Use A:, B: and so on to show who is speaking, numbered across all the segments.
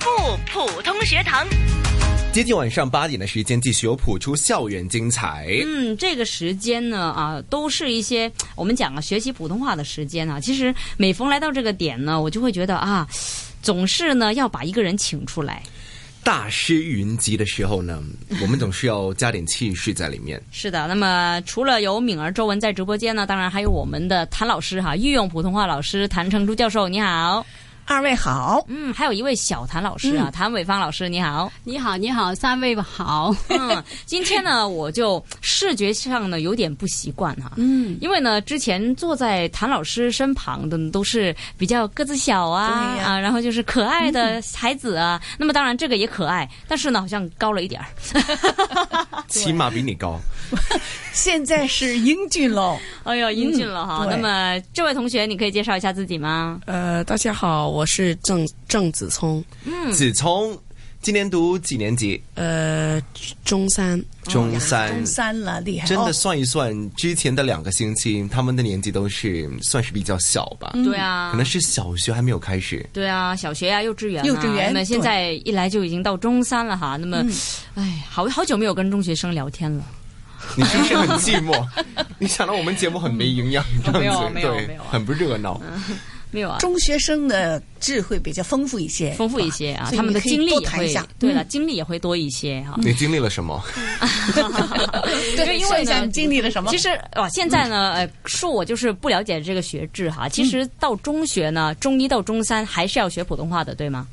A: 普通学堂。
B: 接近晚上八点的时间，继续有谱出校园精彩。
C: 嗯，这个时间呢，啊，都是一些我们讲啊，学习普通话的时间啊。其实每逢来到这个点呢，我就会觉得啊，总是呢要把一个人请出来。
B: 大师云集的时候呢，我们总是要加点气势在里面。
C: 是的，那么除了有敏儿、周文在直播间呢，当然还有我们的谭老师哈，御用普通话老师谭成珠教授，你好。
D: 二位好，
C: 嗯，还有一位小谭老师啊，
E: 嗯
C: 谭伟芳老师，你好。
E: 你好，你好，三位好。
C: 嗯，今天呢，我就视觉上呢有点不习惯哈、
E: 嗯，
C: 因为呢，之前坐在谭老师身旁的都是比较个子小啊
D: 对呀嗯
C: 啊，然后就是可爱的孩子啊。那么当然这个也可爱，但是呢，好像高了一点儿。啊
B: 起码比你高。
D: 现在是英俊喽。
C: 哎呦，英俊了哈。
D: 嗯对
C: 那么这位同学，你可以介绍一下自己吗？
F: 呃，大家好，我是郑郑子聪，
C: 嗯
B: 子聪今年读几年级？
F: 呃，中三，
B: 中三。
C: 嗯
D: 中三了，厉害！
B: 真的
D: 哦
B: 算一算，之前的两个星期，他们的年纪都是算是比较小吧，
C: 对啊
B: 嗯可能是小学还没有开始。
C: 对啊，小学呀、幼稚园、啊，
D: 幼稚园
C: 那么现
D: 对嗯
C: 在一来就已经到中三了哈。那么，哎，好好久没有跟中学生聊天了。
B: 你是不是很寂寞？ 你想到我们节目很没营养，这
C: 没有
B: 样子，
C: 没有
B: 对
C: 没有，
B: 很不热闹。
C: 没有啊，
D: 中学生的智慧比较丰富一些，
C: 丰富一些啊，
D: 所以
C: 他们的
D: 你可以
C: 经历
D: 多
C: 也
D: 谈一
C: 会
D: 下。嗯
C: 对了，经历也会多一些哈。
B: 你经历了什么？
D: 对，
C: 因
D: 因
C: 为
D: 为
C: 呢
D: 想经历了什么？
C: 其实哇，现在
D: 嗯
C: 呢，呃，恕我就是不了解这个学制哈。其实到中学呢，中一到中三还是要学普通话的，对吗？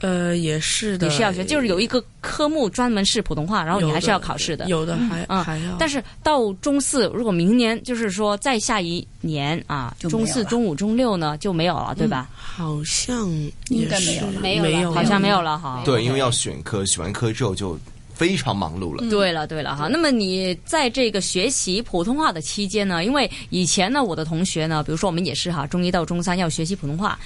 F: 呃，也是的，
C: 也是要学，就是有一个科目专门是普通话，然后
F: 有
C: 你还是要考试的。
F: 有的还、
C: 嗯
F: 还要，
C: 但
F: 是
C: 是到中四，如果明年就是说再下一年啊，
D: 就没有
C: 中四、
D: 了
C: 中五、中六呢就没有了，对吧？
F: 好像
D: 应
F: 也
D: 该没
F: 是
D: 有了
E: 没有了
F: 没有，
C: 好像没有了哈。
B: 对，因为要选科，选完科之后就非常忙碌了。
C: 对了，对了哈。那么你在这个学习普通话的期间呢，因为以前呢，我的同学呢，比如说我们也是哈，中一到中三要学习普通话，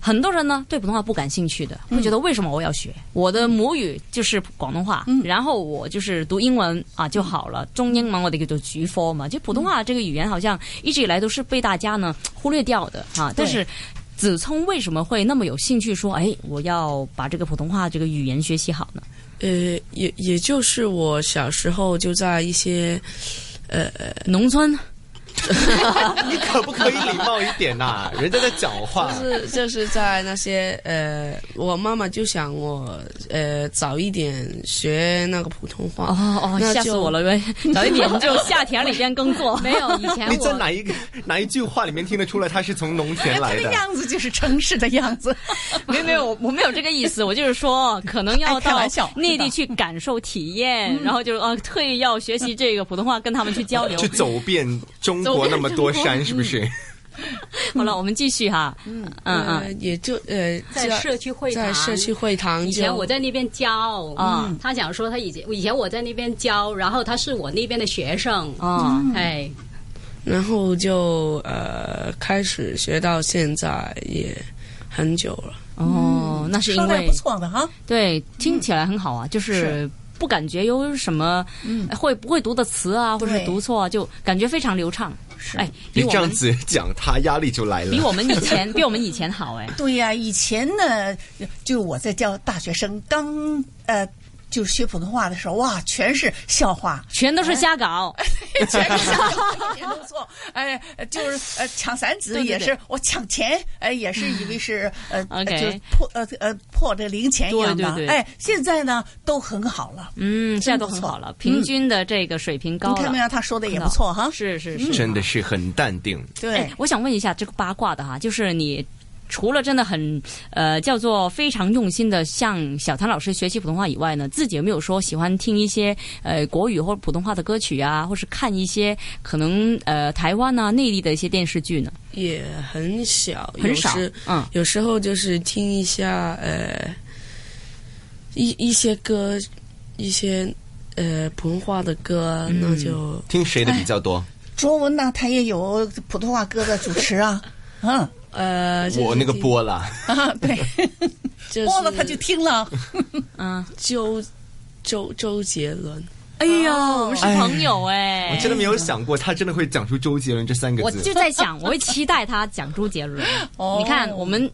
C: 很多人呢对普通话不感兴趣的，会觉得为什么我要学？我的母语就是广东话，然后我就是读英文啊就好了，中英文我哋叫做主科嘛，就普通话这个语言好像一直以来都是被大家呢忽略掉的啊，但是。子聪为什么会那么有兴趣说，哎，我要把这个普通话这个语言学习好呢？
F: 呃，也也就是我小时候就在一些呃
C: 农村
B: 你可不可以礼貌一点 呐、人家在讲话。
F: 是 就是在那些呃，我妈妈就想我呃早一点学那个普通话，
C: 哦哦，
F: 那
C: 吓
F: 就
C: 死我了！因 为早一点就下田里边耕 作，
E: 没有以前
B: 你在
E: 我
B: 哪 一个哪一句话里面听得出来他是从农田来
D: 这
C: 哎
D: 个
B: 的？
D: 哎样子就是城市的样子，
C: 没有没有，我 我没有这个意思，我就是 说可能要
D: 哎开
C: 到
D: 玩笑
C: 内地去感受体验，然后就是哦，特意要学习这个普通话，跟他们去交流
B: 去。走遍中国那么多山，是不是？
C: 嗯好了，我们继续哈，嗯
F: 呃
C: 嗯，
F: 也就呃
E: 在
F: 在
E: 社区会
F: 在
E: 堂，
F: 社区会堂就，
E: 以前我在那边教
C: 啊
E: 嗯他讲说他以前以前我在那边教，然后他是我那边的学生，
C: 哦，
E: 哎，
F: 然后就呃开始学到现在也很久了。
C: 哦，那是
D: 说
C: 因
D: 的
C: 为
D: 不错的哈。
C: 对听起来很好啊，就是。嗯不感觉有什么会不会读的词啊，或者是
D: 对
C: 读错啊，就感觉非常流畅。哎，比
B: 你
C: 我
B: 这样
C: 们
B: 子讲，他压力就来
C: 比
B: 了。
C: 我们以前比我们以前好哎。
D: 对呀、以前呢，就我在教大学生刚呃，就是学普通话的时候，哇，全是笑话，
C: 全都是瞎 搞，
D: 全是笑话，一点都错。哎，就是呃，抢散纸也是，我抢钱，哎，也是以为是呃，
C: OK
D: 就是破呃呃破这零钱一样的
C: 对对对。
D: 哎，现在呢都很好了，
C: 嗯，现在都
D: 真不
C: 很
D: 错嗯
C: 好了，平均的这个水平高
D: 你
C: 了。
D: 看没有？他说的也不错哈。嗯
C: 是是是，
B: 真的是很淡定，
D: 对
C: 哎，，我想问一下这个八卦的哈，就是你。除了真的很，呃，叫做非常用心的向小谭老师学习普通话以外呢，自己有没有说喜欢听一些呃国语或者普通话的歌曲啊，或是看一些可能呃台湾啊、内地的一些电视剧呢？
F: 也很小，
C: 很少
F: 有时，
C: 嗯
F: 有时候就是听一下呃一一些歌，一些呃普通话的歌，那就
B: 听谁的比较多？
D: 卓文呢，他也有普通话歌的主 持啊，嗯
C: 哎
F: 呃就是
B: 我那个
F: 听
B: 波啦，
D: 啊，对，
F: 就是
D: 播了他就听了。
C: 嗯，
F: 周周周杰伦，
C: 哎呀，
D: 哦
C: 我们是朋友哎、
B: 我真的没有想过他真的会讲出周杰伦这三个
C: 我
B: 字。
C: 就在想，我会期待他讲周杰伦。
D: 哦
C: 你看，我们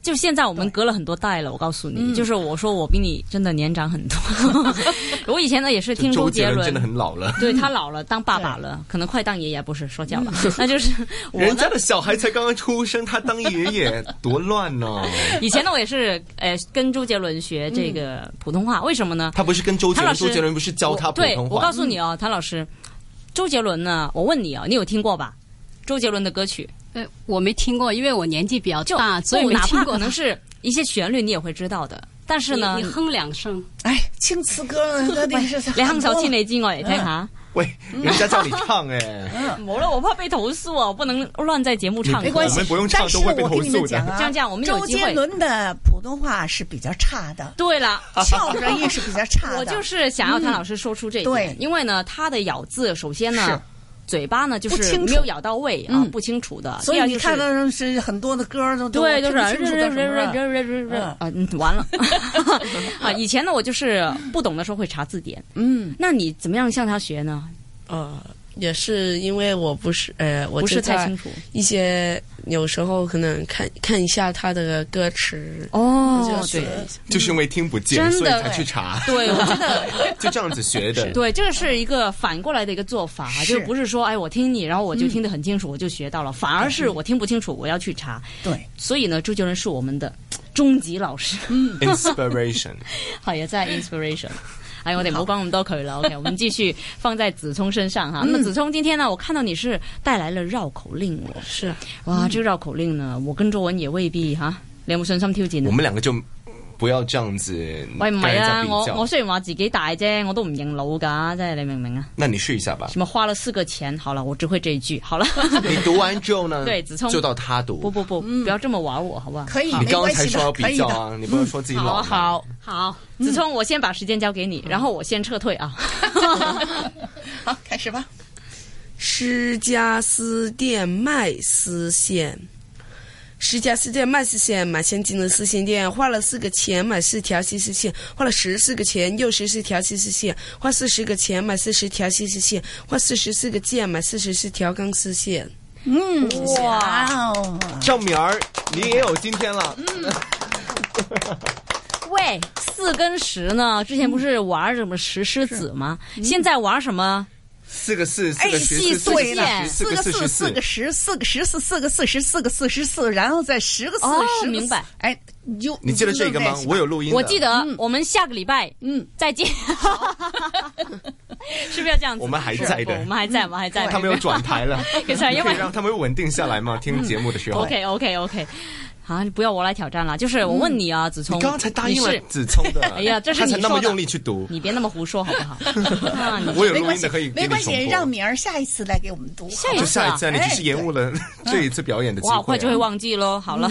C: 就现在我们隔了很多代了，我告诉
B: 嗯
C: 你，就是我说我比你真的年长很 多。我以前呢也是听周
B: 周
C: 杰
B: 杰
C: 伦，
B: 伦真的很老了，
C: 对他老了，当爸爸了，可能快当爷爷，不是说教了， 那就是我
B: 嗯 人
C: 呢
B: 家。的小孩才刚刚出生，他当爷爷多乱呢、
C: 以前呢，我也是呃跟周杰伦学这个普通话，为什么呢？
B: 他不是跟周杰
C: 谭老
B: 伦，
C: 师
B: 周杰伦不是嗯教他
C: 我
B: 普
C: 对，
B: 通
C: 我告
B: 话？嗯
C: 诉你哦，谭老师，周杰伦呢，我问你哦，你有听过吧？周杰伦的歌曲，
E: 呃，我没听过，因为我年纪比较
C: 就
E: 大，所以
C: 不
E: 没
C: 哪
E: 听
C: 怕
E: 过。
C: 可能是一些旋律你也会知道的，但是呢
E: 你，你哼两声，
D: 哎，青词歌那那 是
C: 你哼首
D: 很多
C: 千里之外，你听下。
B: 喂，
C: 嗯
B: 人家叫你唱哎、
C: 冇了，我怕被投诉啊，我不能乱在节目唱歌。
D: 没关系，
B: 我们不用唱
D: 但是
B: 都会被
D: 我跟
B: 投
D: 你
B: 诉
D: 们
B: 的
D: 讲啊，
C: 这样这样我们有
D: 周
C: 机会，
D: 杰伦的普通话是比较差的
C: 对了。
D: 翘舌音是比较差的。
C: 我就是想要谭老师说出这一点，
D: 对
C: 因为呢，他的咬字首先
D: 是
C: 呢，嘴巴呢就
D: 不
C: 是
D: 清楚
C: 没有咬到位啊，
D: 嗯
C: 不清楚的。
D: 所
C: 第
D: 以
C: 二
D: 你
C: 就是
D: 看到是很多的歌都
C: 对，
D: 都
C: 就是
D: 我听不清楚叫什么了
C: 啊，嗯完了啊！以前呢，我就是不懂的时候会查字典。
D: 嗯，
C: 那你怎么样向他学呢？
F: 呃，也是因为我不是呃，我
C: 不是
F: 就
C: 太
F: 在
C: 清楚
F: 一些有时候可能看看一下他的歌词，
C: 哦
F: 就学
C: 对
F: 一下
B: 就是因为听不见，
C: 真
B: 所以
C: 的
B: 才去查，
C: 对，我觉得
B: 就这样子学的。
C: 对，这个 是一个反过来的一个做法，
D: 是
C: 就不是说哎，我听你，然后我就听得很清楚，我就学到了，反而是我听不清楚，我要去查。
D: 对，
C: 所以呢，周杰伦是我们的终极老师，
B: Inspiration，
C: 好也在 inspiration。哎， 我哋唔好讲咁多佢啦，OK，我们继续放在子聪身上哈。那么子聪今天呢，我看到你是带来了绕口令哦，
F: 是啊
C: 哇，这个绕口令呢，我跟周文也未必哈，你有冇信心挑戰
B: 我
C: 啊？
B: 们两个就不要这样子
C: 喂，
B: 跟
C: 唔
B: 人
C: 係
B: 家
C: 啊，
B: 比
C: 我
B: 较
C: 我。雖然話自己大啫，我都唔認老㗎，真係你明唔明啊？
B: 那你试一下吧，
C: 什麼花了四個錢，好了，我只會這一句，好 了，
B: 你读完之后呢？
C: 对子聪
B: 就到他
C: 不
B: 读。
C: 不不，不要這麼玩我，好不好？
D: 嗯可以，
B: 你
D: 没
B: 刚刚
D: 关
B: 才
D: 系
B: 说要
D: 的，可
B: 比
D: 以
B: 较
D: 的。
B: 啊，你不能说自己
C: 好
B: 老
C: 啊
B: 嘛。
C: 好，
E: 好，
D: 嗯
C: 子聪，我先把時間交給你，然後我先撤退 啊。
D: 好，开始吧。
F: 十家丝店卖丝线，十家丝店卖丝线，买现金的丝线店，花了四个钱买四条细丝线，花了十四个钱又十四条细丝线，花四十个钱买四十条细丝线，花四十四个件买四十四条钢丝线。
D: 嗯，哇哦，
B: 郑明儿，你也有今天了。
C: 嗯喂，四跟十呢？之前不是玩什麼石獅子吗？
D: 嗯
C: 現在玩什麼？
B: 四个四，四
D: 哎，
B: 个十
D: 细
B: 四，四
D: 碎
B: 个
D: 了，
B: 十四
D: 四
B: 个
D: 个
B: 四十
D: 四，四
B: 四
D: 个。十，四个十四，四个四十，四个四十四，然后再十个四
C: 哦，
D: 十个
C: 明白。
D: 哎，你就
B: 你记得这个吗？我有录音的，
C: 我记得我们下个礼拜
D: 嗯
C: 再 见，是不是要这样子？哦
B: 我们还在的
C: 不我们还在，我们还在。
B: 他们又转 台了，
C: 可是啊
B: 你
C: 因为嗯
B: 可以让他们稳定下来嘛。听节目的时候，
C: OK OK OK，好，不要我来挑战了，就是我问你啊，子聪，
B: 你刚才答应
C: 你
B: 了
C: 是
B: 子聪的，
C: 哎呀这是
B: 他
C: 你
B: 才那么
C: 说的
B: 用力去读。
C: 你别那么胡说好不 好？啊，你
B: 我有
D: 没
B: 录
D: 关
B: 音
D: 系
B: 的，可以，给
D: 没
B: 你
D: 关
B: 重
D: 系，
B: 播。
D: 让敏儿下一次来给我们读。
C: 下一
B: 就
C: 次
B: 下一次啊，你
D: 哎
B: 只是延误了 这一次表演的机会啊。
C: 哇，我快就会忘记喽。好了，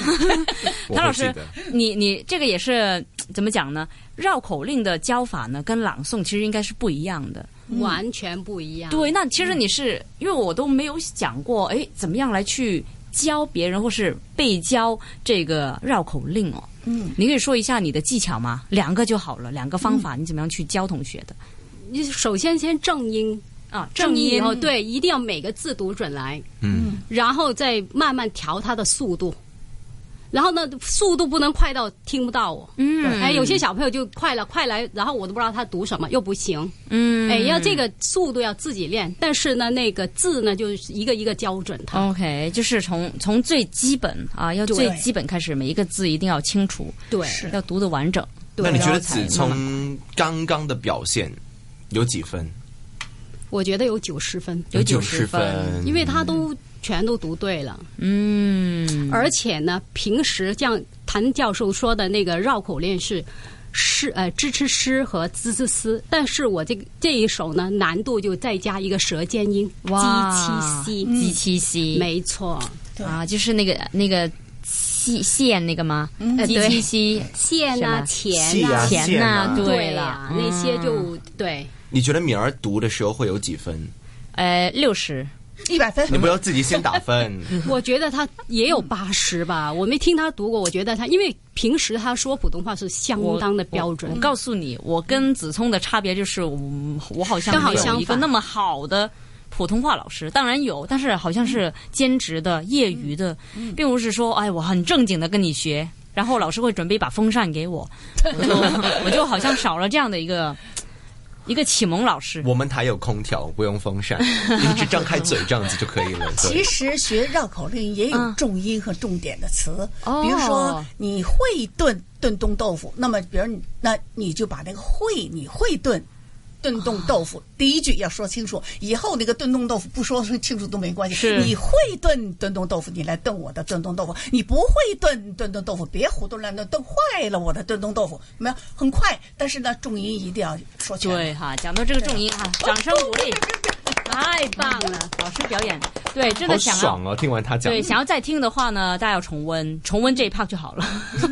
B: 我
C: 谭老
B: 会记
C: 师
B: 得，
C: 你你这个也是怎么讲呢？绕口令的教法呢，跟朗诵其实应该是不一样的。
E: 完全不一样。
C: 嗯对，那其
E: 嗯
C: 实你是、因为我都没有讲过，哎，怎么样来去教别人或是被教这个绕口令哦？
D: 嗯，
C: 你可以说一下你的技巧吗？两个就好了，两个方法，
E: 嗯
C: 你怎么样去教同学的
E: 你首先先正音，
C: 啊？
E: 正音以
C: 音
E: 后，对，一定要每个字读准来，
B: 嗯，
E: 然后再慢慢调它的速度。然后呢，速度不能快到听不到我。
C: 嗯，
E: 哎，有些小朋友就快了，快来，然后我都不知道他读什么，又不行。
C: 嗯，
E: 哎，要这个速度要自己练，但是呢，那个字呢，就是一个一个校准它。
C: OK，就是从从最基本啊，要
E: 对
C: 最基本开始，每一个字一定要清楚，
E: 对，
D: 是
C: 要读的完整。
E: 对
B: 那你觉得
C: 然后才
B: 子聪刚刚的表现有几分？
E: 我觉得有九十分，
C: 有
B: 90
C: 90分
E: 因为他都全都读对了，
C: 嗯，
E: 而且呢，平时像谭教授说的那个绕口令是。诗呃，吱吱诗和滋滋嘶，但是我这个这一首呢，难度就再加一个舌尖音，
C: 哇，嗯
E: 鸡七
C: 鸡七西，
E: 西，嗯没错，
D: 对
C: 啊，就是那个那个细线那个吗？
E: 哎
C: 鸡
E: 对
C: 七西
E: 线啊，
C: 什
E: 钱
B: 戏啊
E: 啊，
B: 线
C: 钱呐
B: 啊，
E: 对
C: 了
E: 啦，，那些就
C: 嗯
E: 对，
B: 你觉得敏儿读的时候会有几分？
C: 呃六十。
D: 一百分
B: 你，不要自己先打分，
E: 我觉得他也有八十吧，我没听他读过。我觉得他，因为平时他说普通话是相
C: 我
E: 当的标准
C: 我。我告诉你，我跟子聪的差别就是，我我好像
E: 刚好
C: 没有一
E: 相
C: 个
E: 反
C: 那么好的普通话老师，当然有，
E: 嗯
C: 但是好像是兼职的、业余的，并不是说哎我很正经的跟你学。然后老师会准备一把风扇给 我，我就我就好像少了这样的一个一个启蒙老师。
B: 我们台有空调，不用 风扇，一直张开嘴这样子就可以了。对
D: 其实学绕口令也有
C: 嗯
D: 重音和重点的词，
C: 哦
D: 比如说你会炖炖冻豆腐，那么比如你那你就把那个会你会炖。炖冻豆
C: 啊
D: 腐，第一句要说清楚，以后那个炖冻豆腐不说清楚都没关系。
C: 是
D: 你会炖炖冻豆腐，你来炖我的炖冻豆腐；你不会炖炖冻豆腐，别胡炖乱炖，炖坏了我的炖冻豆腐。没有，很快，但是呢，重音一定要说全。
C: 对哈，讲到这个重音哈，掌声鼓励，太棒了，老师表演，对，真
B: 好
C: 的想要
B: 爽哦！听完他讲，
C: 对，想要再听的话呢，大家要重温，重温这一 part 就好了。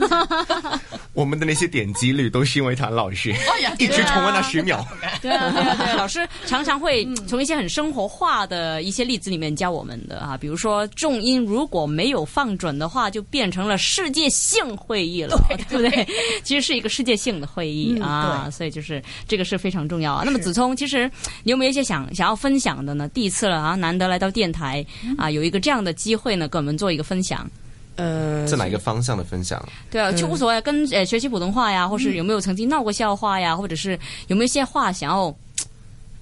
B: 我们的那些点击率都是因为谭 老师，一直重温那十秒。
C: 对啊，对啊，对啊， 老师常常会从一些很生活化的一些例子里面教我们的啊，比如说重音如果没有放准的话，就变成了世界性会议了， 对不对？其实是一个世界性的会议、
D: 嗯
C: 啊，
D: 对
C: 所以就是这个是非常重要啊。那么子聪，其实你有没有一些想想要分享的呢？第一次了啊，难得来到电台啊，有一个这样的机会呢，给我们做一个分享。
F: 呃，
B: 是哪一个方向的分享？
C: 对啊，就无所谓，跟呃学习普通话呀，或是有没有曾经闹过笑话呀，或者是有没有一些话想要呃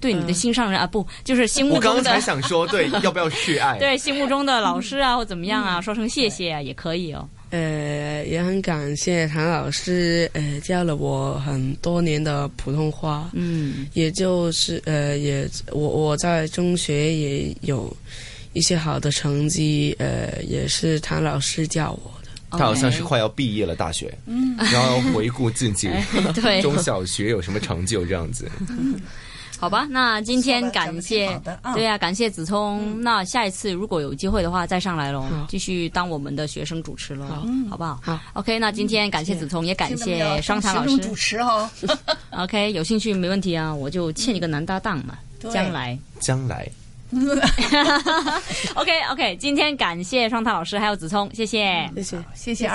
C: 对你的心上人、啊，不就是心目
B: 我刚
C: 中
B: 刚才
C: 的
B: 想说，对，要不要示 爱？
C: 对心目中的老师啊，或怎么样啊，说声谢谢啊，也可以哦。
F: 呃，也很感谢谭老师，呃，教了我很多年的普通话，
C: 嗯，
F: 也就是呃，也我我在中学也有一些好的成绩，呃，也是谭老师教我的。
B: 他好像是快要毕业了大学，嗯，然后回顾自己
C: 嗯对
B: 中小学有什么成就这样子。
C: 好吧，那今天感
D: 说
C: 谢
D: 得讲得挺好的啊，
C: 对啊，感谢子聪。那下一次如果有机会的话，再上来喽
F: 好，
C: 继续当我们的学生主持喽，好不好？
F: 好
C: ，OK，那今天感谢子聪，也感
D: 听到没
C: 谢
D: 有
C: 双
D: 当
C: 塔老
D: 群众主
C: 师。
D: 持 哦，
C: OK，有兴趣没问题啊，我就欠你个男搭档嘛，
D: 对
C: 将来。
B: 将来
C: OK OK，今天感谢双塔老师还有子聪，谢谢。
F: 谢谢。
D: 谢谢